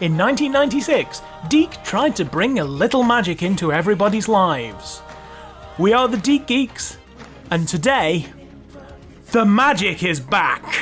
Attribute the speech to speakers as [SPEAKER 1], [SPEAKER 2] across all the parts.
[SPEAKER 1] In 1996, Deke tried to bring a little magic into everybody's lives. We are the Deke Geeks, and today, the magic is back!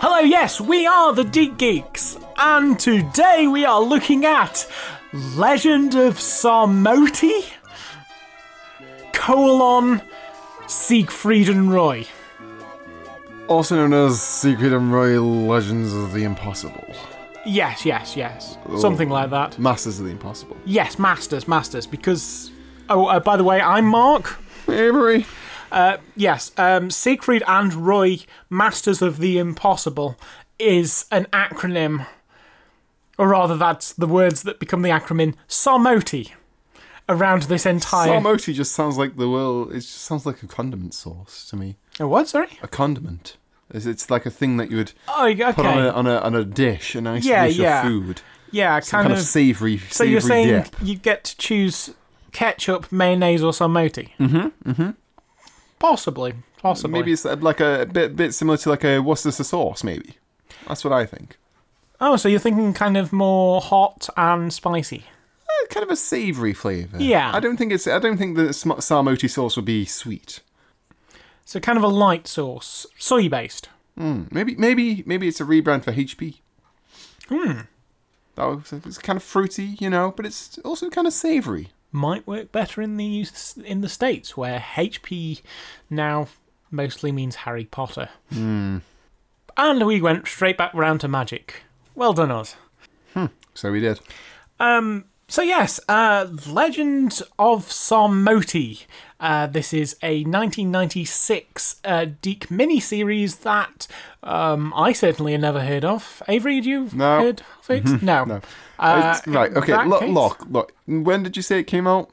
[SPEAKER 1] Hello, yes, we are the Deep Geeks, and today we are looking at Legend of Sarmoti? Colon Siegfried and Roy.
[SPEAKER 2] Also known as Secret and Roy Legends of the Impossible.
[SPEAKER 1] Yes, yes, yes. Something like that.
[SPEAKER 2] Masters of the Impossible.
[SPEAKER 1] Yes, Masters, Masters, because. Oh, uh, by the way, I'm Mark.
[SPEAKER 2] Avery.
[SPEAKER 1] Yes, um, Siegfried and Roy, Masters of the Impossible, is an acronym, or rather, that's the words that become the acronym SOMOTI around this entire.
[SPEAKER 2] Sarmoti just sounds like the world. It just sounds like a condiment sauce to me.
[SPEAKER 1] Oh, what? Sorry.
[SPEAKER 2] A condiment. It's, it's like a thing that you would
[SPEAKER 1] Oh, okay.
[SPEAKER 2] put on, a, on, a, on a dish, a nice
[SPEAKER 1] Yeah,
[SPEAKER 2] dish
[SPEAKER 1] yeah.
[SPEAKER 2] of food.
[SPEAKER 1] yeah,
[SPEAKER 2] Some kind of, savoury,
[SPEAKER 1] so you're
[SPEAKER 2] savoury
[SPEAKER 1] saying
[SPEAKER 2] dip.
[SPEAKER 1] you get to choose ketchup, mayonnaise, or sarmoti? Mm-hmm. Mm-hmm. Possibly. Possibly.
[SPEAKER 2] Maybe it's uh, like a bit, bit similar to like a Worcestershire sauce, maybe. That's what I think.
[SPEAKER 1] Oh, so you're thinking kind of more hot and spicy.
[SPEAKER 2] Uh, kind of a savoury flavour.
[SPEAKER 1] Yeah.
[SPEAKER 2] I don't think it's. I don't think the sm- Sarmoti sauce would be sweet.
[SPEAKER 1] So kind of a light sauce, soy based.
[SPEAKER 2] Maybe maybe maybe it's a rebrand for HP. Hmm.
[SPEAKER 1] Hmm.
[SPEAKER 2] That was, it's kind of fruity, you know, but it's also kind of savoury.
[SPEAKER 1] Might work better in the in the states where HP now mostly means Harry Potter. And we went straight back round to magic. Well done, us.
[SPEAKER 2] So we did.
[SPEAKER 1] So yes, uh, Legend of Sarmoti. Uh, this is a 1996 uh, Deke miniseries that um, I certainly had never heard of. Avery, had you
[SPEAKER 2] No. Mm-hmm.
[SPEAKER 1] heard of it? No.
[SPEAKER 2] No.
[SPEAKER 1] Uh,
[SPEAKER 2] It's- right.
[SPEAKER 1] in
[SPEAKER 2] Okay.
[SPEAKER 1] that
[SPEAKER 2] Look.
[SPEAKER 1] case-
[SPEAKER 2] Look. Look. When did you say it came out?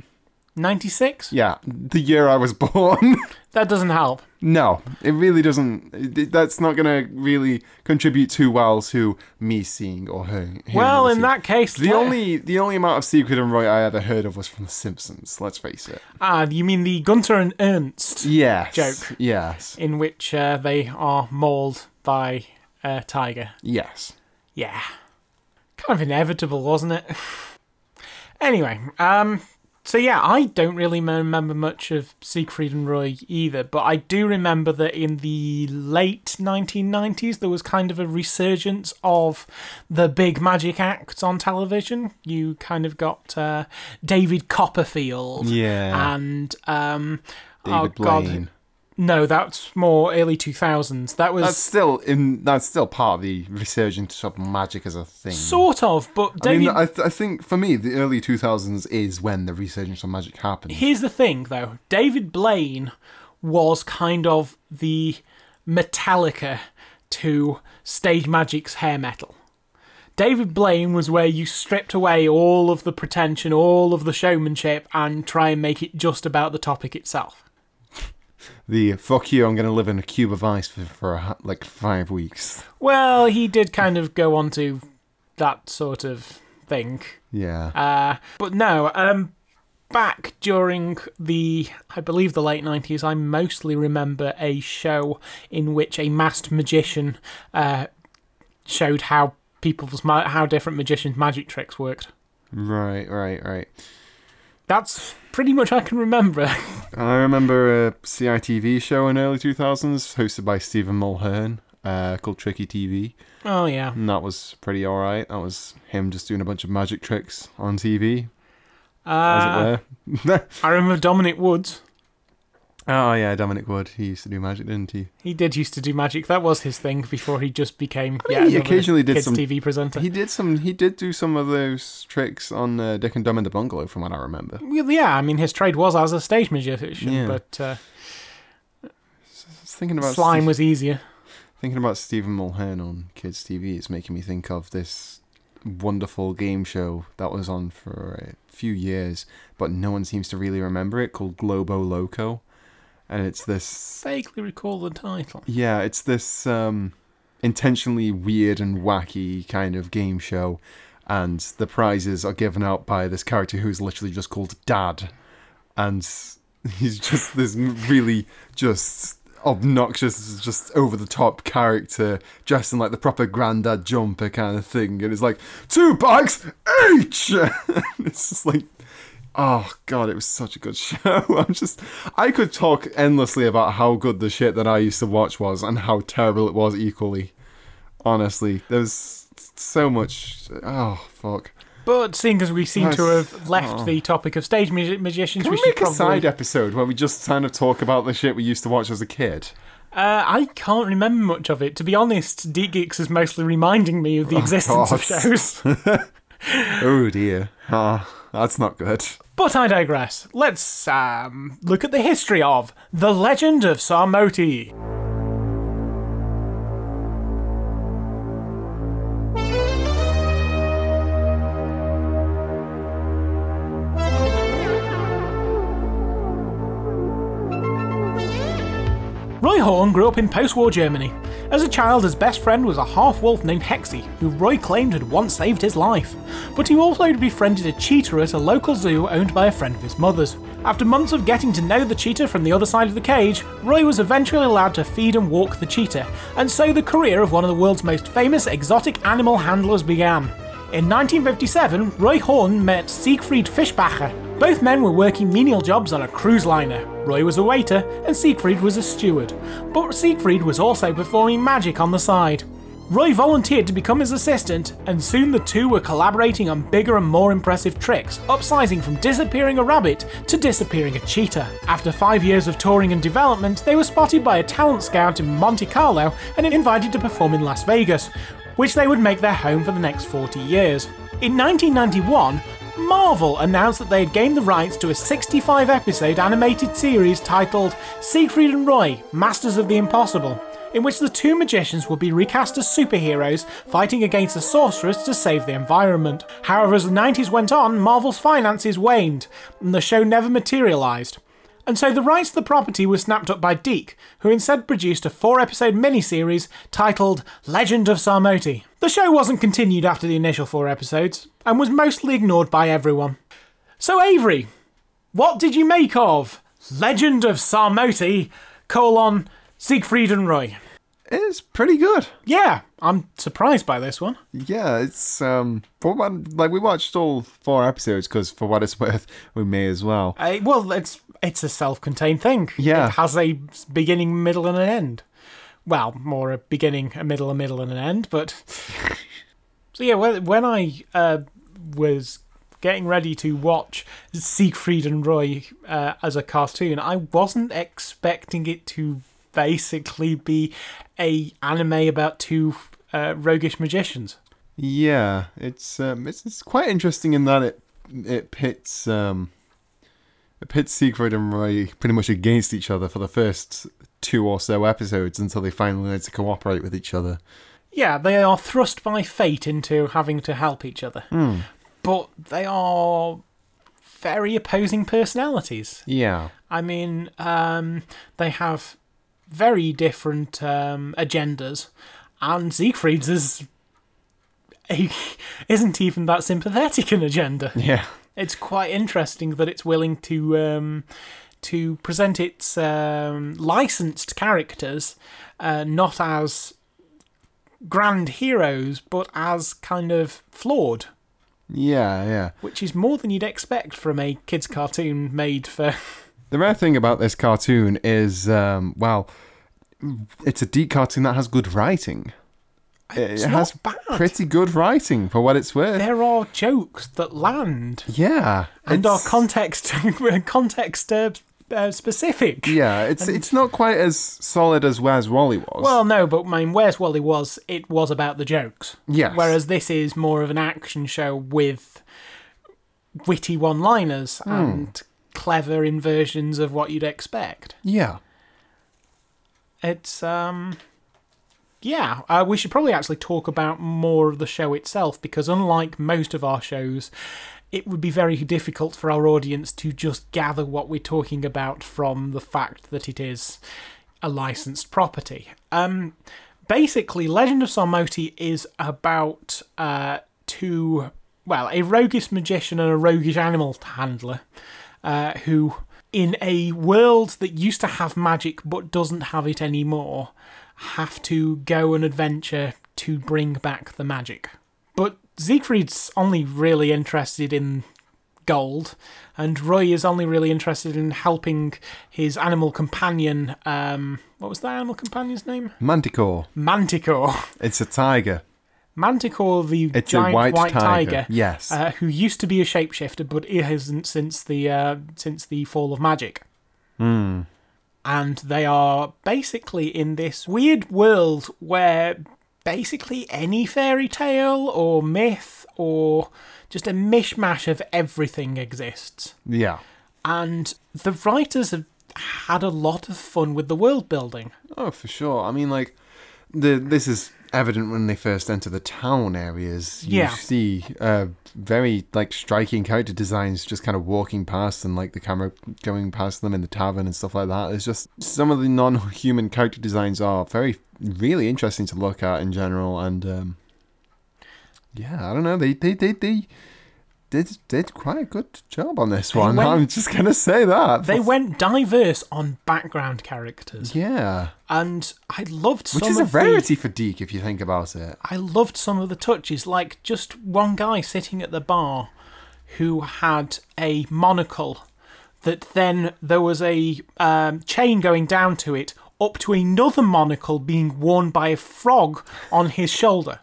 [SPEAKER 1] 96?
[SPEAKER 2] Yeah, the year I was born.
[SPEAKER 1] That doesn't help.
[SPEAKER 2] no, it really doesn't. it- That's not gonna really contribute too well to me seeing or her. hearing
[SPEAKER 1] Well,
[SPEAKER 2] or
[SPEAKER 1] in
[SPEAKER 2] seeing.
[SPEAKER 1] that case,
[SPEAKER 2] The
[SPEAKER 1] le-
[SPEAKER 2] only the only amount of Secret and Roy I ever heard of was from The Simpsons. Let's face it.
[SPEAKER 1] Ah, you mean the Gunter and Ernst,
[SPEAKER 2] Yes.
[SPEAKER 1] Joke.
[SPEAKER 2] Yes.
[SPEAKER 1] in which uh, they are mauled by a tiger.
[SPEAKER 2] Yes.
[SPEAKER 1] Yeah. Kind of inevitable, wasn't it? anyway, um, so yeah, I don't really remember much of Siegfried and Roy either, but I do remember that in the late 1990s there was kind of a resurgence of the big magic acts on television. You kind of got uh, David Copperfield.
[SPEAKER 2] Yeah.
[SPEAKER 1] And um,
[SPEAKER 2] David
[SPEAKER 1] oh god,
[SPEAKER 2] Blaine.
[SPEAKER 1] no, that's more early 2000s. That was
[SPEAKER 2] That's still in. That's still part of the resurgence of magic as a thing.
[SPEAKER 1] sort of, but
[SPEAKER 2] I
[SPEAKER 1] David.
[SPEAKER 2] mean, I, th- I think for me, the early 2000s is when the resurgence of magic happened.
[SPEAKER 1] Here's the thing, though. David Blaine was kind of the Metallica to stage magic's hair metal. David Blaine was where you stripped away all of the pretension, all of the showmanship, and try and make it just about the topic itself.
[SPEAKER 2] The fuck you, I'm going to live in a cube of ice for, for a, hu- like five weeks.
[SPEAKER 1] Well, he did kind of go on to that sort of thing.
[SPEAKER 2] Yeah.
[SPEAKER 1] Uh, but no, um, back during the, I believe the late 90s, I mostly remember a show in which a masked magician uh, showed how people's ma- how different magicians' magic tricks worked.
[SPEAKER 2] right, right, right.
[SPEAKER 1] That's pretty much I can remember.
[SPEAKER 2] I remember a CITV show in early 2000s hosted by Stephen Mulhern uh, called Tricky TV.
[SPEAKER 1] oh yeah,
[SPEAKER 2] And that was pretty alright. That was him just doing a bunch of magic tricks on TV,
[SPEAKER 1] uh,
[SPEAKER 2] as it were.
[SPEAKER 1] I remember Dominic Woods.
[SPEAKER 2] Oh yeah, Dominic Wood. He used to do magic, didn't he?
[SPEAKER 1] He did used to do magic. That was his thing before he just became
[SPEAKER 2] mean,
[SPEAKER 1] yeah
[SPEAKER 2] he
[SPEAKER 1] another
[SPEAKER 2] occasionally did
[SPEAKER 1] kids
[SPEAKER 2] some-
[SPEAKER 1] TV presenter.
[SPEAKER 2] He did some. He did do some of those tricks on uh, Dick and Dumb and the Bungalow, from what I remember.
[SPEAKER 1] Well, yeah, I mean his trade was as a stage magician,
[SPEAKER 2] Yeah.
[SPEAKER 1] but uh,
[SPEAKER 2] I was thinking about
[SPEAKER 1] slime
[SPEAKER 2] Ste-
[SPEAKER 1] was easier.
[SPEAKER 2] thinking about Stephen Mulhern on kids' TV. It's making me think of this wonderful game show that was on for a few years, but no one seems to really remember it. Called Globo Loco, and it's this
[SPEAKER 1] Vaguely recall the title.
[SPEAKER 2] Yeah, it's this um, intentionally weird and wacky kind of game show, and the prizes are given out by this character who's literally just called Dad, and he's just this really just obnoxious, just over the top character dressed in like the proper granddad jumper kind of thing, and it's like two bags each. it's just like Oh god, it was such a good show. I'm just I could talk endlessly about how good the shit that I used to watch was and how terrible it was equally. Honestly, there's so much oh fuck.
[SPEAKER 1] But seeing as we seem
[SPEAKER 2] Nice.
[SPEAKER 1] to have left
[SPEAKER 2] Oh.
[SPEAKER 1] the topic of stage magi- magicians,
[SPEAKER 2] Can we
[SPEAKER 1] should
[SPEAKER 2] make a
[SPEAKER 1] probably
[SPEAKER 2] side episode where we just kind of talk about the shit we used to watch as a kid?
[SPEAKER 1] Uh, I can't remember much of it. To be honest, Deep Geeks is mostly reminding me
[SPEAKER 2] Oh,
[SPEAKER 1] of the existence of
[SPEAKER 2] God.
[SPEAKER 1] shows.
[SPEAKER 2] Oh dear. Ah, that's not good.
[SPEAKER 1] but I digress. Let's um, look at the history of The Legend of Sarmoti. Roy Horn grew up in post war Germany. As a child, his best friend was a half wolf named Hexie, who Roy claimed had once saved his life. But he also befriended a cheetah at a local zoo owned by a friend of his mother's. After months of getting to know the cheetah from the other side of the cage, Roy was eventually allowed to feed and walk the cheetah, and so the career of one of the world's most famous exotic animal handlers began. In 1957, Roy Horn met Siegfried Fischbacher. Both men were working menial jobs on a cruise liner. Roy was a waiter, and Siegfried was a steward. But Siegfried was also performing magic on the side. Roy volunteered to become his assistant, and soon the two were collaborating on bigger and more impressive tricks, upsizing from disappearing a rabbit to disappearing a cheetah. After five years of touring and development, they were spotted by a talent scout in Monte Carlo and invited to perform in Las Vegas which they would make their home for the next 40 years. In 1991, Marvel announced that they had gained the rights to a 65 episode animated series titled Siegfried and Roy Masters of the Impossible, in which the two magicians would be recast as superheroes fighting against a sorceress to save the environment. However, as the 90s went on, Marvel's finances waned, and the show never materialised. And so the rights to the property were snapped up by Deke, who instead produced a four episode miniseries titled Legend of Sarmoti. The show wasn't continued after the initial four episodes, and was mostly ignored by everyone. So, Avery, what did you make of Legend of Sarmoti, colon, Siegfried and Roy?
[SPEAKER 2] It's pretty good.
[SPEAKER 1] Yeah, I'm surprised by this one.
[SPEAKER 2] Yeah, it's um for what like we watched all four episodes because for what it's worth, we may as well.
[SPEAKER 1] Uh, well, it's it's a self-contained thing.
[SPEAKER 2] Yeah.
[SPEAKER 1] it has a s- beginning, middle, and an end. Well, more a beginning, a middle, a middle, and an end. But so yeah, when when I uh, was getting ready to watch Siegfried and Roy uh, as a cartoon, I wasn't expecting it to basically be a anime about two uh, roguish magicians.
[SPEAKER 2] Yeah, it's um, it's it's quite interesting in that it it pits um, it pits Siegfried and Roy pretty much against each other for the first two or so episodes until they finally learn to cooperate with each other.
[SPEAKER 1] Yeah, they are thrust by fate into having to help each other. But they are very opposing personalities.
[SPEAKER 2] Yeah,
[SPEAKER 1] I mean, um, they have very different um, agendas, and Siegfried's is. He isn't even that sympathetic an agenda.
[SPEAKER 2] yeah,
[SPEAKER 1] It's quite interesting that it's willing to um, to present its um, licensed characters uh, not as grand heroes, but as kind of flawed,
[SPEAKER 2] yeah, yeah.
[SPEAKER 1] which is more than you'd expect from a kids' cartoon made for.
[SPEAKER 2] The rare thing about this cartoon is, um, well, it's a deep cartoon that has good writing. It-
[SPEAKER 1] Uh, It's
[SPEAKER 2] it
[SPEAKER 1] not
[SPEAKER 2] has
[SPEAKER 1] bad.
[SPEAKER 2] pretty good writing for what it's worth.
[SPEAKER 1] There are jokes that land
[SPEAKER 2] yeah,
[SPEAKER 1] and are
[SPEAKER 2] it's-
[SPEAKER 1] context context uh, uh, specific.
[SPEAKER 2] Yeah, it's it's not quite as solid as Where's Wally was.
[SPEAKER 1] Well, no, but I mean, Where's Wally was, it was about the jokes.
[SPEAKER 2] Yes.
[SPEAKER 1] Whereas this is more of an action show with witty one liners and clever inversions of what you'd expect.
[SPEAKER 2] yeah,
[SPEAKER 1] It's, um. Yeah, uh, we should probably actually talk about more of the show itself because, unlike most of our shows, it would be very difficult for our audience to just gather what we're talking about from the fact that it is a licensed property. Um, basically, Legend of Sarmoti is about uh, two, well, a roguish magician and a roguish animal handler uh, who, in a world that used to have magic but doesn't have it anymore, have to go and adventure to bring back the magic. But Siegfried's only really interested in gold, and Roy is only really interested in helping his animal companion. Um, what was that animal companion's name?
[SPEAKER 2] Manticore.
[SPEAKER 1] Manticore.
[SPEAKER 2] It's a tiger.
[SPEAKER 1] Manticore, the
[SPEAKER 2] It's
[SPEAKER 1] giant
[SPEAKER 2] a white,
[SPEAKER 1] tiger.
[SPEAKER 2] Yes.
[SPEAKER 1] Uh, who used to be a shapeshifter, but it hasn't since the uh, since the fall of magic.
[SPEAKER 2] Hmm.
[SPEAKER 1] And they are basically in this weird world where basically any fairy tale or myth or just a mishmash of everything exists
[SPEAKER 2] yeah.
[SPEAKER 1] and the writers have had a lot of fun with the world building.
[SPEAKER 2] Oh, for sure. I mean, like, the this is evident when they first enter the town areas. You
[SPEAKER 1] Yeah.
[SPEAKER 2] see uh, very like striking character designs just kind of walking past and like the camera going past them in the tavern and stuff like that. It's just some of the non-human character designs are very really interesting to look at in general. And um, yeah, I don't know. They they they they. Did, did quite a good job on this one.
[SPEAKER 1] went-
[SPEAKER 2] I'm just gonna say that
[SPEAKER 1] They
[SPEAKER 2] For-
[SPEAKER 1] went diverse on background characters,
[SPEAKER 2] yeah,
[SPEAKER 1] and I loved some
[SPEAKER 2] which is a
[SPEAKER 1] of the-
[SPEAKER 2] rarity for Deke if you think about it.
[SPEAKER 1] I loved some of the touches, like just one guy sitting at the bar who had a monocle that then there was a um, chain going down to it up to another monocle being worn by a frog on his shoulder.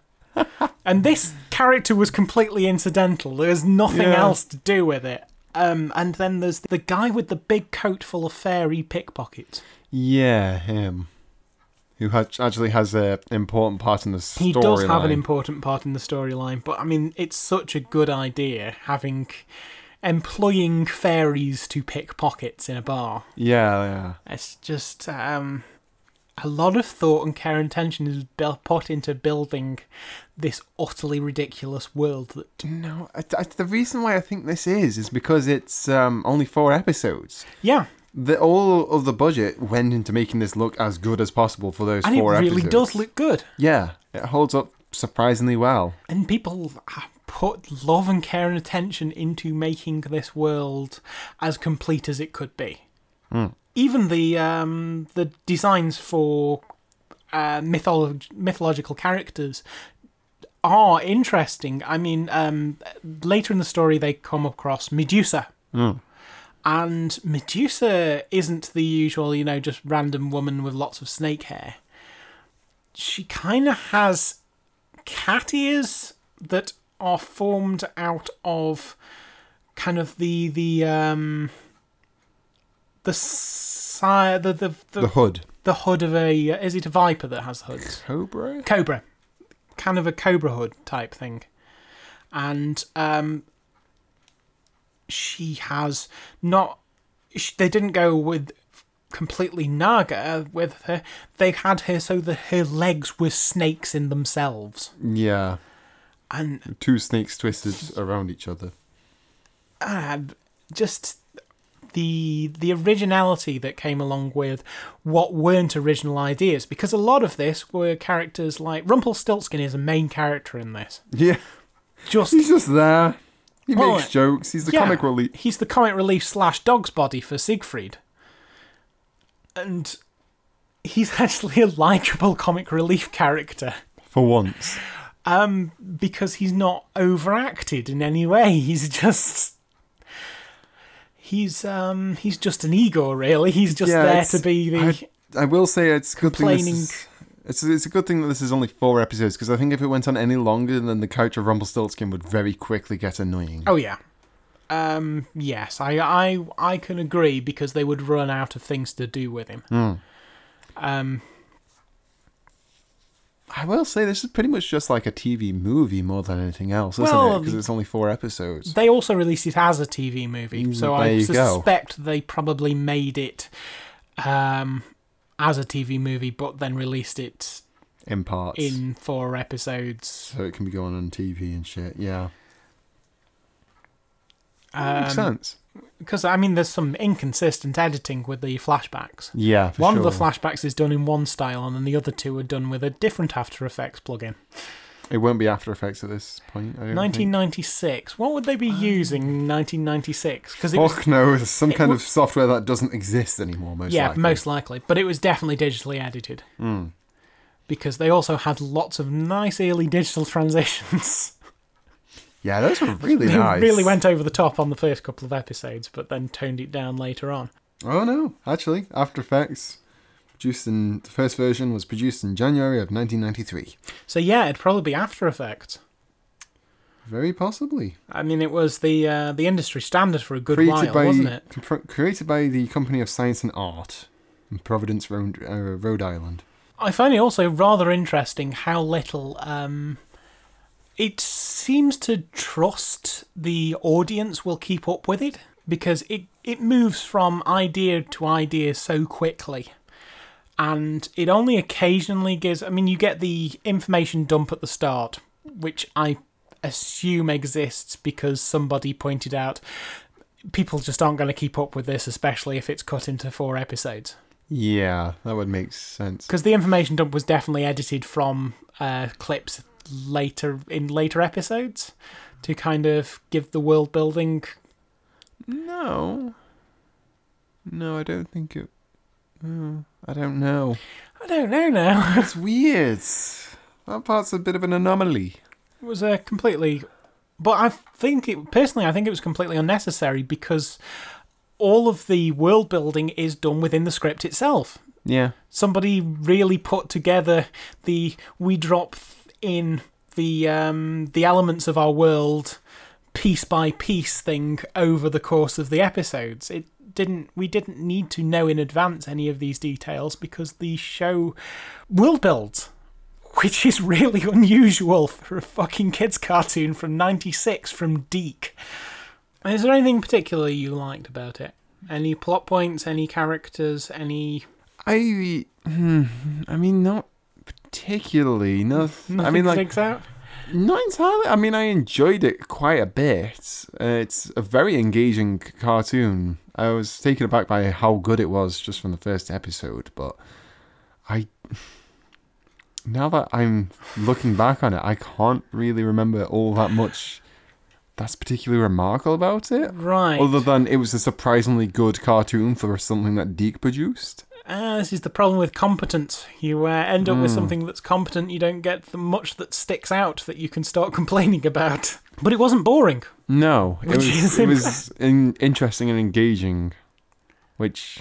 [SPEAKER 1] and this character was completely incidental. There was nothing
[SPEAKER 2] Yeah.
[SPEAKER 1] else to do with it. Um, and then there's the guy with the big coat full of fairy pickpockets.
[SPEAKER 2] Yeah, him. Who ha- actually has a important part in the storyline.
[SPEAKER 1] He does have an important part in the storyline, but I mean, it's such a good idea having employing fairies to pick pockets in a bar.
[SPEAKER 2] Yeah, yeah.
[SPEAKER 1] It's just um, a lot of thought and care and attention is bu- put into building this utterly ridiculous world. That
[SPEAKER 2] No, I, I- the reason why I think this is is because it's um, only four episodes.
[SPEAKER 1] yeah,
[SPEAKER 2] The all of the budget went into making this look as good as possible for those
[SPEAKER 1] and it
[SPEAKER 2] four
[SPEAKER 1] really
[SPEAKER 2] episodes.
[SPEAKER 1] does look good,
[SPEAKER 2] Yeah, it holds up surprisingly well.
[SPEAKER 1] and people. uh, Put love and care and attention into making this world as complete as it could be. even the um, the designs for uh, mytholo- mythological characters are interesting. I mean, um, later in the story, they come across Medusa. And Medusa isn't the usual, you know, just random woman with lots of snake hair. She kind of has cat ears that are formed out of kind of the the um the si- the the, the,
[SPEAKER 2] The hood.
[SPEAKER 1] the hood of a uh, is it a viper that has hoods
[SPEAKER 2] Cobra?
[SPEAKER 1] cobra, kind of a cobra hood type thing, and um, she has not. She, they didn't go with completely naga with her. They had her so that her legs were snakes in themselves,
[SPEAKER 2] Yeah.
[SPEAKER 1] and
[SPEAKER 2] Two snakes twisted around each other.
[SPEAKER 1] uh, just the the originality that came along with what weren't original ideas because a lot of this were characters like Rumpelstiltskin is a main character in this
[SPEAKER 2] Yeah.
[SPEAKER 1] just
[SPEAKER 2] He's just there. He
[SPEAKER 1] Well,
[SPEAKER 2] makes jokes. He's the comic relief.
[SPEAKER 1] He's the comic relief slash dog's body for Siegfried. And he's actually a likable comic relief character
[SPEAKER 2] For once.
[SPEAKER 1] because he's not overacted in any way. He's just. He's um he's just an ego really. He's just there
[SPEAKER 2] it's-
[SPEAKER 1] to be the
[SPEAKER 2] I, I will say it's a good thing. This
[SPEAKER 1] complaining-
[SPEAKER 2] is, it's it's a good thing that this is only four episodes because I think if it went on any longer, then the character of Rumpelstiltskin would very quickly get annoying.
[SPEAKER 1] Oh yeah. Um, yes, I, I, I can agree because they would run out of things to do with him.
[SPEAKER 2] Hmm.
[SPEAKER 1] Um,
[SPEAKER 2] I will say this is pretty much just like a TV movie more than anything else, isn't it?
[SPEAKER 1] Well, um,
[SPEAKER 2] Because it's only four episodes.
[SPEAKER 1] they also released it as a TV movie, so
[SPEAKER 2] Mm, there
[SPEAKER 1] I
[SPEAKER 2] you go.
[SPEAKER 1] suspect they probably made it um, as a TV movie, but then released it
[SPEAKER 2] in parts.
[SPEAKER 1] in four episodes.
[SPEAKER 2] so it can be going on TV and shit. Yeah.
[SPEAKER 1] Um,
[SPEAKER 2] Makes sense.
[SPEAKER 1] Because I mean, there's some inconsistent editing with the flashbacks.
[SPEAKER 2] Yeah, for
[SPEAKER 1] one
[SPEAKER 2] sure.
[SPEAKER 1] of the flashbacks is done in one style, and then the other two are done with a different After Effects plugin.
[SPEAKER 2] It won't be After Effects at this point. I don't
[SPEAKER 1] 1996. What would they be using in 1996? Because it
[SPEAKER 2] Think.
[SPEAKER 1] was
[SPEAKER 2] Ah. Fuck no, it's some
[SPEAKER 1] it
[SPEAKER 2] kind
[SPEAKER 1] wa-
[SPEAKER 2] of software that doesn't exist anymore, most
[SPEAKER 1] yeah,
[SPEAKER 2] likely. Hmm.
[SPEAKER 1] most likely, but it was definitely digitally edited. Because they also had lots of nice early digital transitions.
[SPEAKER 2] Yeah, those were really
[SPEAKER 1] they
[SPEAKER 2] nice.
[SPEAKER 1] really went over the top on the first couple of episodes, but then toned it down later on.
[SPEAKER 2] Oh no, actually, After Effects, produced in the first version was produced in January of 1993.
[SPEAKER 1] So yeah, it'd probably be After Effects.
[SPEAKER 2] Very possibly
[SPEAKER 1] I mean, it was the uh, the industry standard for a good
[SPEAKER 2] created
[SPEAKER 1] while,
[SPEAKER 2] by
[SPEAKER 1] wasn't it?
[SPEAKER 2] cr- created by the Company of Science and Art in Providence, Rhode, uh, Rhode Island.
[SPEAKER 1] I find it also rather interesting how little um, it seems to trust the audience will keep up with it because it, it moves from idea to idea so quickly. And it only occasionally gives. I mean, you get the information dump at the start, which I assume exists because somebody pointed out people just aren't going to keep up with this, especially if it's cut into four episodes
[SPEAKER 2] Yeah, that would make sense.
[SPEAKER 1] because the information dump was definitely edited from uh, clips later in later episodes to kind of give the world building.
[SPEAKER 2] No, no, I don't think it. Mm, I don't know.
[SPEAKER 1] I don't know now.
[SPEAKER 2] It's weird. That part's a bit of an anomaly.
[SPEAKER 1] it was uh, completely, but I think it personally. I think it was completely unnecessary because all of the world building is done within the script itself.
[SPEAKER 2] Yeah.
[SPEAKER 1] somebody really put together the we drop th- in the um, the elements of our world piece by piece thing over the course of the episodes. It didn't we didn't need to know in advance any of these details because the show world builds. Which is really unusual for a fucking kids cartoon from '96 from Deke. Is there anything particular you liked about it? Any plot points? Any characters? Any
[SPEAKER 2] I, hmm, I mean, not particularly. No, I
[SPEAKER 1] Nothing
[SPEAKER 2] mean, like,
[SPEAKER 1] sticks out.
[SPEAKER 2] not entirely. I mean, I enjoyed it quite a bit. Uh, it's a very engaging c- cartoon. I was taken aback by how good it was just from the first episode, but I, now that I'm looking back on it, I can't really remember all that much. That's particularly remarkable about it.
[SPEAKER 1] Right.
[SPEAKER 2] Other than it was a surprisingly good cartoon for something that Deke produced.
[SPEAKER 1] Ah, this is the problem with competence. You uh, end up with something that's competent. You don't get the much that sticks out that you can start complaining about. But it wasn't boring.
[SPEAKER 2] No, it
[SPEAKER 1] Which
[SPEAKER 2] was,
[SPEAKER 1] is
[SPEAKER 2] it was in, interesting and engaging, which,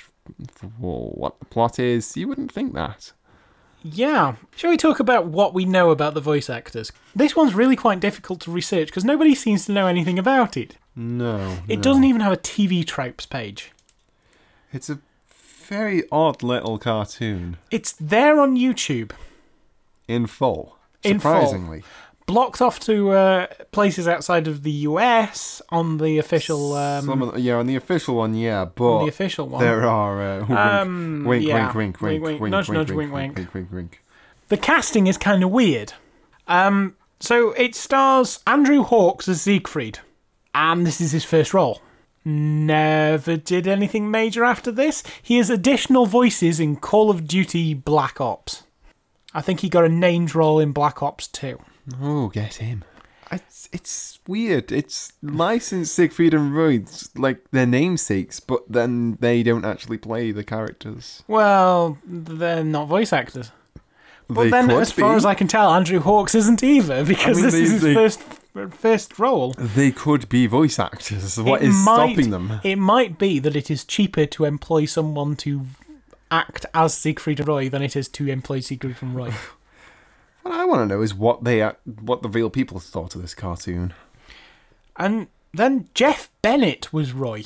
[SPEAKER 2] for what the plot is, you wouldn't think that.
[SPEAKER 1] Yeah. Shall we talk about what we know about the voice actors? This one's really quite difficult to research because nobody seems to know anything about it.
[SPEAKER 2] No,
[SPEAKER 1] It doesn't even have a TV tropes page.
[SPEAKER 2] It's a very odd little cartoon
[SPEAKER 1] It's there on YouTube,
[SPEAKER 2] in full.
[SPEAKER 1] In full.
[SPEAKER 2] surprisingly,
[SPEAKER 1] blocked off to uh, places outside of the US on the official um,
[SPEAKER 2] Some of the- yeah, on the official one, yeah, but
[SPEAKER 1] the official one.
[SPEAKER 2] there are uh, wink,
[SPEAKER 1] Um,
[SPEAKER 2] wink,
[SPEAKER 1] yeah.
[SPEAKER 2] wink, wink, wink,
[SPEAKER 1] Wink,
[SPEAKER 2] wink,
[SPEAKER 1] wink. Nudge, nudge,
[SPEAKER 2] wink,
[SPEAKER 1] wink,
[SPEAKER 2] wink, wink, wink.
[SPEAKER 1] the casting is kind of weird. Um, so it stars Andrew Hawkes as Siegfried, and this is his first role. Never did anything major after this. He has additional voices in Call of Duty Black Ops. I think he got a named role in Black Ops 2.
[SPEAKER 2] Oh, get him. It's, it's weird. It's licensed Siegfried and Roy's like their namesakes, but then they don't actually play the characters.
[SPEAKER 1] Well, they're not voice actors. Well,
[SPEAKER 2] they
[SPEAKER 1] then,
[SPEAKER 2] could
[SPEAKER 1] as far
[SPEAKER 2] be.
[SPEAKER 1] as I can tell, Andrew Hawkes isn't either because
[SPEAKER 2] mean,
[SPEAKER 1] this
[SPEAKER 2] they-
[SPEAKER 1] is his
[SPEAKER 2] they-
[SPEAKER 1] first first role.
[SPEAKER 2] they could be voice actors. What
[SPEAKER 1] It
[SPEAKER 2] is
[SPEAKER 1] might-
[SPEAKER 2] stopping them?
[SPEAKER 1] It might be that it is cheaper to employ someone to act as Siegfried and Roy than it is to employ Siegfried and Roy.
[SPEAKER 2] What I want to know is what they act- what the real people thought of this cartoon.
[SPEAKER 1] and Then Jeff Bennett was Roy.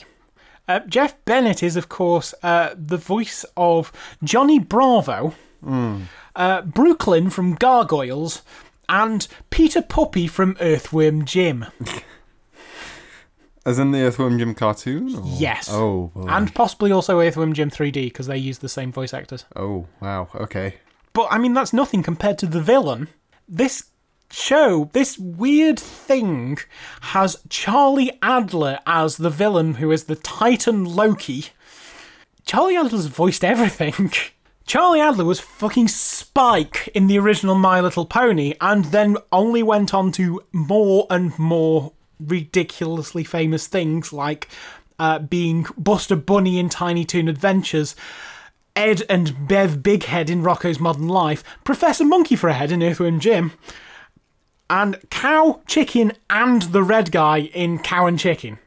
[SPEAKER 1] Uh, Jeff Bennett is, of course, uh, the voice of Johnny Bravo,
[SPEAKER 2] Hmm.
[SPEAKER 1] uh, Brooklyn from Gargoyles, and Peter Puppy from Earthworm Jim.
[SPEAKER 2] Oh. As in the Earthworm Jim cartoon? or-
[SPEAKER 1] Yes.
[SPEAKER 2] Oh. boy.
[SPEAKER 1] And possibly also Earthworm Jim 3D, because they use the same voice actors.
[SPEAKER 2] Oh wow. Okay.
[SPEAKER 1] But I mean, that's nothing compared to the villain. This show, this weird thing, has Charlie Adler as the villain, who is the Titan Loki. Charlie Adler's voiced everything. Charlie Adler was fucking Spike in the original My Little Pony, and then only went on to more and more ridiculously famous things like uh, being Buster Bunny in Tiny Toon Adventures, Ed and Bev Bighead in Rocco's Modern Life, Professor Monkey for a Head in Earthworm Jim, and Cow, Chicken, and the Red Guy in Cow and Chicken.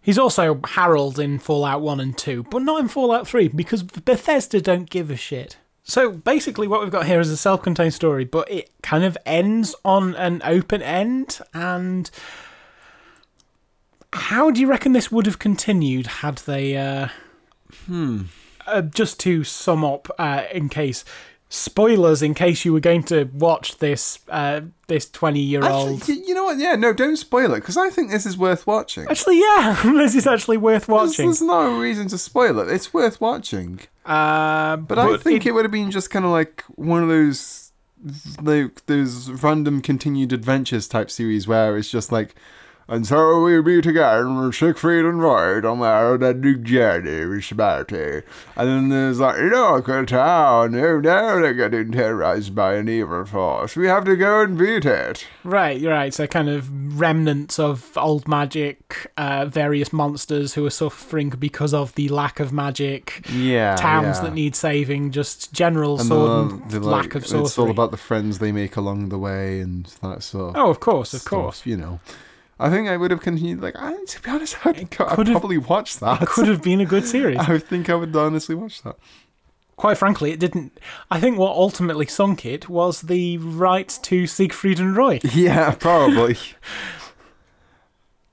[SPEAKER 1] He's also Harold in Fallout 1 and 2, but not in Fallout 3 because Bethesda don't give a shit. So basically, what we've got here is a self contained story, but it kind of ends on an open end. And how do you reckon this would have continued had they. Uh,
[SPEAKER 2] Hmm.
[SPEAKER 1] uh, just to sum up, uh, in case spoilers, in case you were going to watch this uh, this twenty year
[SPEAKER 2] Actually,
[SPEAKER 1] old.
[SPEAKER 2] y- you know what? Yeah. No, don't spoil it because I think this is worth watching.
[SPEAKER 1] Actually, yeah, this is actually worth
[SPEAKER 2] There's,
[SPEAKER 1] watching.
[SPEAKER 2] there's no reason to spoil it. It's worth watching.
[SPEAKER 1] Uh,
[SPEAKER 2] But, I think it, would have been just kind of like one of those like those random continued adventures type series where it's just like and so we meet again with Siegfried and Roy on our new journey with Smarty. And then there's like, look, a town, oh no, they're getting terrorized by an evil force. We have to go and beat it.
[SPEAKER 1] Right, you're right. So kind of remnants of old magic, uh, various monsters who are suffering because of the lack of magic,
[SPEAKER 2] Yeah.
[SPEAKER 1] towns that need saving, just general sword and lack of sorcery.
[SPEAKER 2] It's all about the friends they make along the way and that sort of
[SPEAKER 1] oh, of course, of
[SPEAKER 2] stuff,
[SPEAKER 1] course.
[SPEAKER 2] you know. I think I would have continued. Like, I, to be honest, I'd, I'd
[SPEAKER 1] could've-
[SPEAKER 2] probably watch that.
[SPEAKER 1] Could have been a good series.
[SPEAKER 2] I think I would honestly watch that.
[SPEAKER 1] Quite frankly, it didn't. I think what ultimately sunk it was the right to Siegfried and Roy.
[SPEAKER 2] Yeah, probably.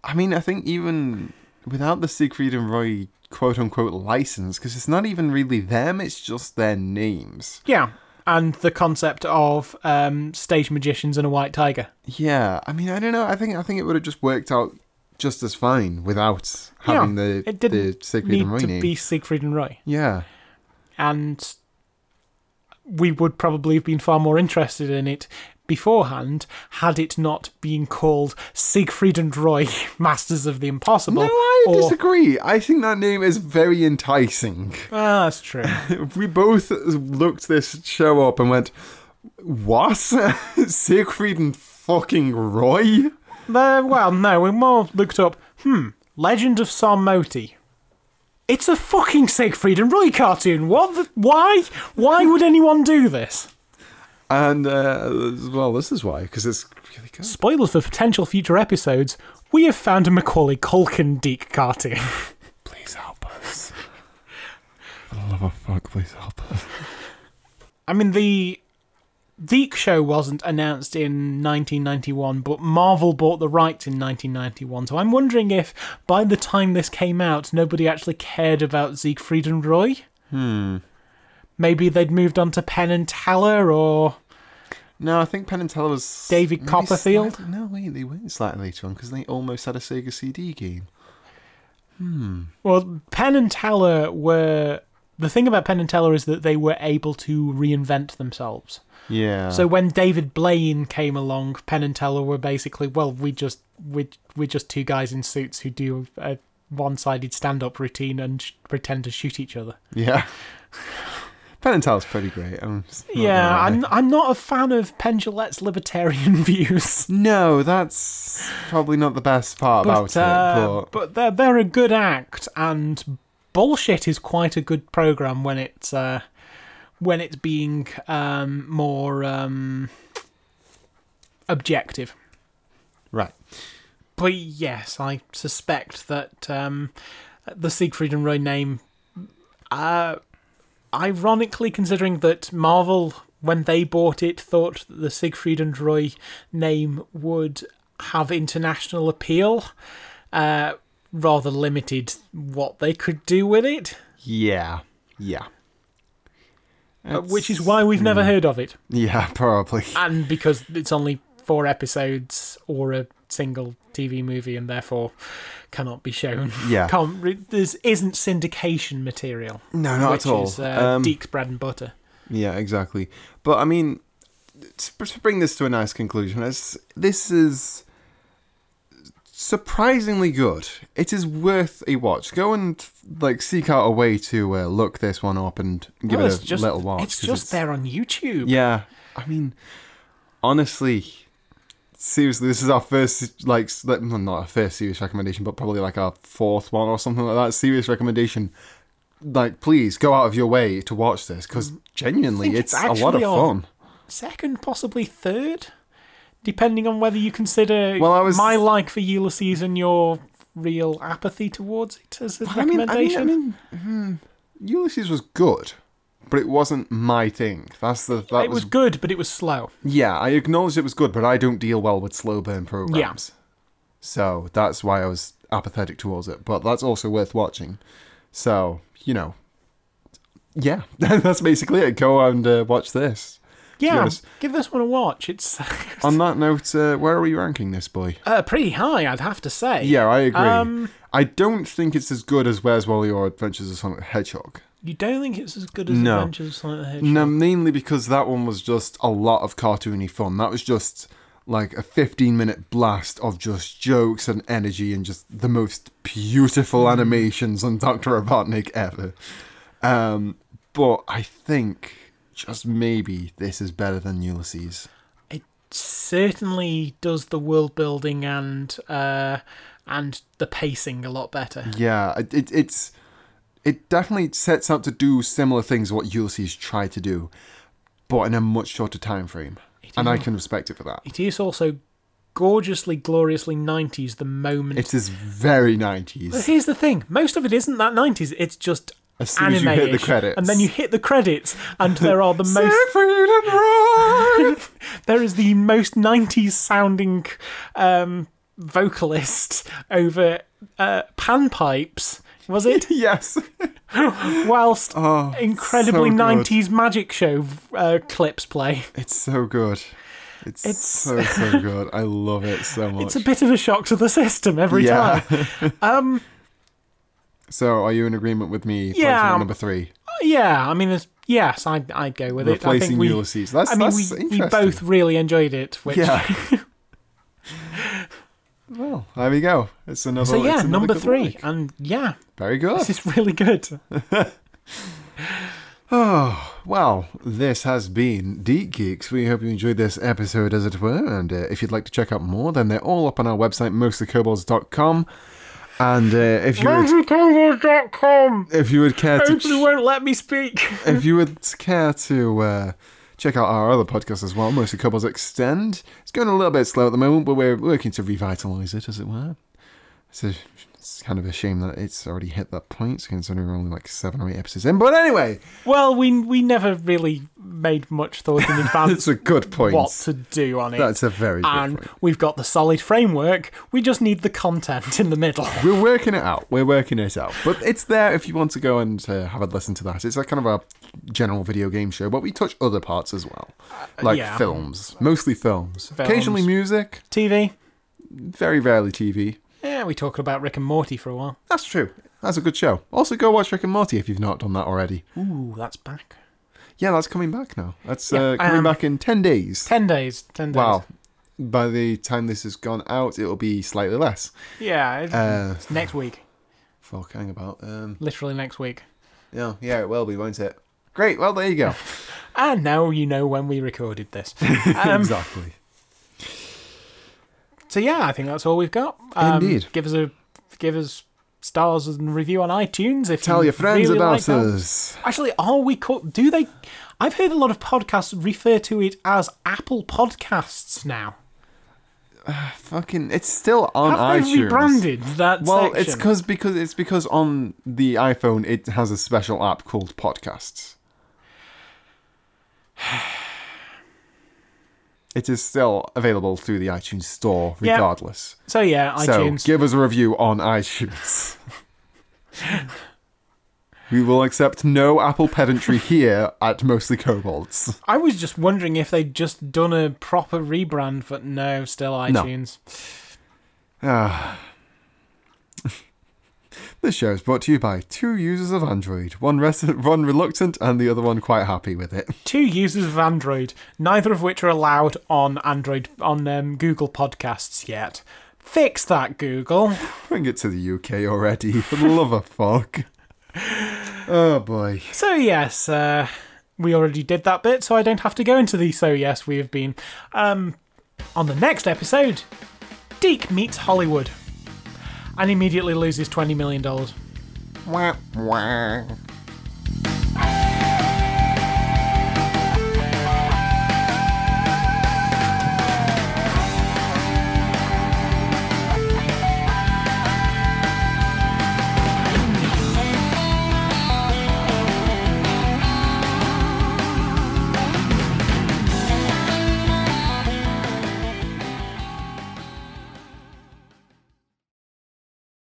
[SPEAKER 2] I mean, I think even without the Siegfried and Roy quote unquote license, because it's not even really them; it's just their names.
[SPEAKER 1] Yeah, and the concept of um, stage magicians and a white tiger.
[SPEAKER 2] Yeah, I mean, I don't know. I think I think it would have just worked out just as fine without
[SPEAKER 1] Yeah,
[SPEAKER 2] having the
[SPEAKER 1] it didn't
[SPEAKER 2] the Siegfried
[SPEAKER 1] Need
[SPEAKER 2] and Roy
[SPEAKER 1] to
[SPEAKER 2] name.
[SPEAKER 1] be Siegfried and Roy.
[SPEAKER 2] Yeah,
[SPEAKER 1] and we would probably have been far more interested in it beforehand had it not been called Siegfried and Roy, Masters of the Impossible.
[SPEAKER 2] no, I
[SPEAKER 1] or-
[SPEAKER 2] disagree. I think that name is very enticing.
[SPEAKER 1] Ah, that's true.
[SPEAKER 2] we both looked this show up and went, "What? Siegfried and fucking Roy?"
[SPEAKER 1] Uh, well, no, we more looked up, hmm, Legend of Sarmoti. It's a fucking Siegfried and Roy cartoon. What the, why? Why would anyone do this?
[SPEAKER 2] And uh, well, this is why because it's really good.
[SPEAKER 1] Spoilers for potential future episodes. We have found a Macaulay Culkin Deek cartoon.
[SPEAKER 2] Please help us. For the love of fuck, please help us.
[SPEAKER 1] I mean the Deke show wasn't announced in 1991, but Marvel bought the rights in 1991. So I'm wondering if by the time this came out, nobody actually cared about Siegfried and Roy. Hmm. Maybe they'd moved on to Penn and Teller, or
[SPEAKER 2] No, I think Penn and Teller was
[SPEAKER 1] David
[SPEAKER 2] maybe
[SPEAKER 1] Copperfield?
[SPEAKER 2] slightly- no, wait, they went slightly later on because they almost had a Sega CD game.
[SPEAKER 1] well, Penn and Teller were. The thing about Penn and Teller is that they were able to reinvent themselves.
[SPEAKER 2] Yeah.
[SPEAKER 1] So when David Blaine came along, Penn and Teller were basically, well, we just we we're just two guys in suits who do a one-sided stand-up routine and sh- pretend to shoot each other.
[SPEAKER 2] yeah. Penn and Teller's pretty great. I'm just not
[SPEAKER 1] yeah,
[SPEAKER 2] gonna lie.
[SPEAKER 1] I'm I'm not a fan of Penn Jillette's libertarian views.
[SPEAKER 2] No, that's probably not the best part about
[SPEAKER 1] But, uh,
[SPEAKER 2] it. But
[SPEAKER 1] but they're they're a good act, and bullshit is quite a good program when it's uh, when it's being um, more um, objective.
[SPEAKER 2] right.
[SPEAKER 1] But yes, I suspect that um, the Siegfried and Roy name, uh, ironically, considering that Marvel, when they bought it, thought that the Siegfried and Roy name would have international appeal. uh, rather limited what they could do with it,
[SPEAKER 2] Yeah. Yeah.
[SPEAKER 1] uh, which is why we've never heard of it,
[SPEAKER 2] Yeah, probably.
[SPEAKER 1] and because it's only four episodes or a single TV movie, and therefore cannot be shown.
[SPEAKER 2] Yeah.
[SPEAKER 1] Can't re- this isn't syndication material.
[SPEAKER 2] No, not
[SPEAKER 1] which
[SPEAKER 2] at all.
[SPEAKER 1] Is, uh,
[SPEAKER 2] Um,
[SPEAKER 1] Deek's bread and butter.
[SPEAKER 2] Yeah, exactly. But I mean, to to bring this to a nice conclusion, it's, this is surprisingly good. It is worth a watch. Go and like seek out a way to uh, look this one up and give
[SPEAKER 1] Well,
[SPEAKER 2] it a
[SPEAKER 1] it's just,
[SPEAKER 2] little watch.
[SPEAKER 1] It's
[SPEAKER 2] 'cause
[SPEAKER 1] just there on YouTube.
[SPEAKER 2] Yeah, I mean, honestly, seriously, this is our first like s- like, no, not our first serious recommendation, but probably like our fourth one or something like that. Serious recommendation. Like, please go out of your way to watch this because genuinely,
[SPEAKER 1] think
[SPEAKER 2] Mm. it's,
[SPEAKER 1] it's
[SPEAKER 2] a lot of
[SPEAKER 1] actually on-
[SPEAKER 2] fun.
[SPEAKER 1] second, possibly third, depending on whether you consider
[SPEAKER 2] Well, I was-
[SPEAKER 1] my like for Ulysses and your real apathy towards it as a
[SPEAKER 2] I mean, I mean,
[SPEAKER 1] recommendation.
[SPEAKER 2] I mean hmm, Ulysses was good, but it wasn't my thing. That's the that
[SPEAKER 1] it was,
[SPEAKER 2] was,
[SPEAKER 1] good, but it was slow.
[SPEAKER 2] yeah. I acknowledge it was good, but I don't deal well with slow burn programs, so that's why I was apathetic towards it. But that's also worth watching. So you know, yeah, that's basically it. Go and uh, watch this.
[SPEAKER 1] Yeah,
[SPEAKER 2] honest-
[SPEAKER 1] give this one a watch. It's
[SPEAKER 2] On that note, uh, where are we ranking this boy?
[SPEAKER 1] uh, pretty high, I'd have to say.
[SPEAKER 2] Yeah, I agree.
[SPEAKER 1] Um,
[SPEAKER 2] I don't think it's as good as Where's Wally or Adventures of Sonic the Hedgehog.
[SPEAKER 1] you don't think it's as good as
[SPEAKER 2] No.
[SPEAKER 1] Adventures of Sonic the Hedgehog?
[SPEAKER 2] No, mainly because that one was just a lot of cartoony fun. That was just like a 15 minute blast of just jokes and energy and just the most beautiful animations on Dr. Robotnik ever. Um, but I think just maybe this is better than Ulysses.
[SPEAKER 1] It certainly does the world building and uh, and the pacing a lot better.
[SPEAKER 2] Yeah, it, it, it's it definitely sets out to do similar things to what Ulysses tried to do, but in a much shorter time frame. And I can respect it for that.
[SPEAKER 1] It is also gorgeously, gloriously 90s the moment
[SPEAKER 2] It is very 90s.
[SPEAKER 1] But here's the thing: most of it isn't that '90s. It's just
[SPEAKER 2] As soon as you hit the
[SPEAKER 1] anime-ish.
[SPEAKER 2] credits.
[SPEAKER 1] and then you hit the credits, and there are the most.
[SPEAKER 2] Siegfried and Roy!
[SPEAKER 1] there is the most '90s sounding um, vocalist over uh, panpipes. Was it?
[SPEAKER 2] yes.
[SPEAKER 1] Whilst
[SPEAKER 2] Oh,
[SPEAKER 1] incredibly
[SPEAKER 2] so good.
[SPEAKER 1] '90s magic show uh, clips play.
[SPEAKER 2] It's so good. It's,
[SPEAKER 1] It's-
[SPEAKER 2] so so good. I love it so much.
[SPEAKER 1] It's a bit of a shock to the system every
[SPEAKER 2] yeah.
[SPEAKER 1] time. Um,
[SPEAKER 2] So, are you in agreement with me? placing
[SPEAKER 1] Yeah.
[SPEAKER 2] it number three,
[SPEAKER 1] yeah, I mean, it's, yes, I, I'd go with it. I
[SPEAKER 2] replacing
[SPEAKER 1] think we,
[SPEAKER 2] Ulysses. That's
[SPEAKER 1] I mean,
[SPEAKER 2] that's
[SPEAKER 1] we, we
[SPEAKER 2] interesting.
[SPEAKER 1] both really enjoyed it, which
[SPEAKER 2] Yeah. well, there we go. It's another.
[SPEAKER 1] So yeah,
[SPEAKER 2] it's another
[SPEAKER 1] number
[SPEAKER 2] good
[SPEAKER 1] three,
[SPEAKER 2] work.
[SPEAKER 1] and yeah,
[SPEAKER 2] Very good.
[SPEAKER 1] this is really good.
[SPEAKER 2] Oh, well, this has been Deep Geeks. We hope you enjoyed this episode, as it were. And uh, if you'd like to check out more, then they're all up on our website, mostlykobolds.com. And uh, if you would,
[SPEAKER 1] Mosicova.com.
[SPEAKER 2] if you would care to
[SPEAKER 1] Hopefully, won't let me speak.
[SPEAKER 2] if you would care to uh, check out our other podcast as well, mostly Couples Extend. It's going a little bit slow at the moment, but we're working to revitalise it, as it were. It's, a, it's kind of a shame that it's already hit that point, considering we're only like seven or eight episodes in. But anyway,
[SPEAKER 1] Well, we we never really made much thought in
[SPEAKER 2] that's
[SPEAKER 1] advance
[SPEAKER 2] a good point.
[SPEAKER 1] what to do on it,
[SPEAKER 2] That's a very good
[SPEAKER 1] and
[SPEAKER 2] point.
[SPEAKER 1] we've got the solid framework. We just need the content in the middle.
[SPEAKER 2] We're working it out. We're working it out. But it's there if you want to go and uh, have a listen to that. It's like kind of a general video game show, but we touch other parts as well, like
[SPEAKER 1] Uh, yeah.
[SPEAKER 2] films, mostly films,
[SPEAKER 1] Films.
[SPEAKER 2] occasionally music,
[SPEAKER 1] TV.
[SPEAKER 2] very rarely TV.
[SPEAKER 1] Yeah, we talked about Rick and Morty for a while.
[SPEAKER 2] That's true. That's a good show. Also, go watch Rick and Morty if you've not done that already.
[SPEAKER 1] Ooh, that's back.
[SPEAKER 2] Yeah, that's coming back now. That's uh,
[SPEAKER 1] Yeah,
[SPEAKER 2] coming
[SPEAKER 1] um,
[SPEAKER 2] back in 10 days.
[SPEAKER 1] Ten days. Ten days.
[SPEAKER 2] Wow. By the time this has gone out, it'll be slightly less.
[SPEAKER 1] Yeah, it-
[SPEAKER 2] Uh,
[SPEAKER 1] it's next week.
[SPEAKER 2] fuck, hang about. Um,
[SPEAKER 1] Literally next week.
[SPEAKER 2] yeah, yeah, it will be, won't it? Great. Well, there you go.
[SPEAKER 1] And now you know when we recorded this. Um,
[SPEAKER 2] exactly.
[SPEAKER 1] So yeah, I think that's all we've got. Um,
[SPEAKER 2] Indeed.
[SPEAKER 1] Give us a give us stars and review on iTunes if
[SPEAKER 2] Tell
[SPEAKER 1] you
[SPEAKER 2] your friends
[SPEAKER 1] really
[SPEAKER 2] about
[SPEAKER 1] like that.
[SPEAKER 2] us.
[SPEAKER 1] Actually, are we call, do they? I've heard a lot of podcasts refer to it as Apple Podcasts now.
[SPEAKER 2] Fucking, it's still on
[SPEAKER 1] Have
[SPEAKER 2] iTunes.
[SPEAKER 1] they rebranded that
[SPEAKER 2] Well,
[SPEAKER 1] section?
[SPEAKER 2] it's cause because it's because on the iPhone it has a special app called Podcasts. It is still available through the iTunes store,
[SPEAKER 1] Yeah.
[SPEAKER 2] regardless.
[SPEAKER 1] So yeah,
[SPEAKER 2] So
[SPEAKER 1] iTunes.
[SPEAKER 2] give us a review on iTunes. we will accept no Apple pedantry here at Mostly Kobolds.
[SPEAKER 1] I was just wondering if they'd just done a proper rebrand, but no, still iTunes.
[SPEAKER 2] Ah. this show is brought to you by two users of Android, one, res- one reluctant and the other one quite happy with it.
[SPEAKER 1] Two users of Android, neither of which are allowed on Android on um, Google Podcasts yet. Fix that, Google.
[SPEAKER 2] Bring it to the UK already, for the love of fuck. Oh boy.
[SPEAKER 1] So yes, uh, we already did that bit, so I don't have to go into the so yes we have been. Um, on the next episode, Deke meets Hollywood, and immediately loses twenty million dollars.
[SPEAKER 2] Wah, wah.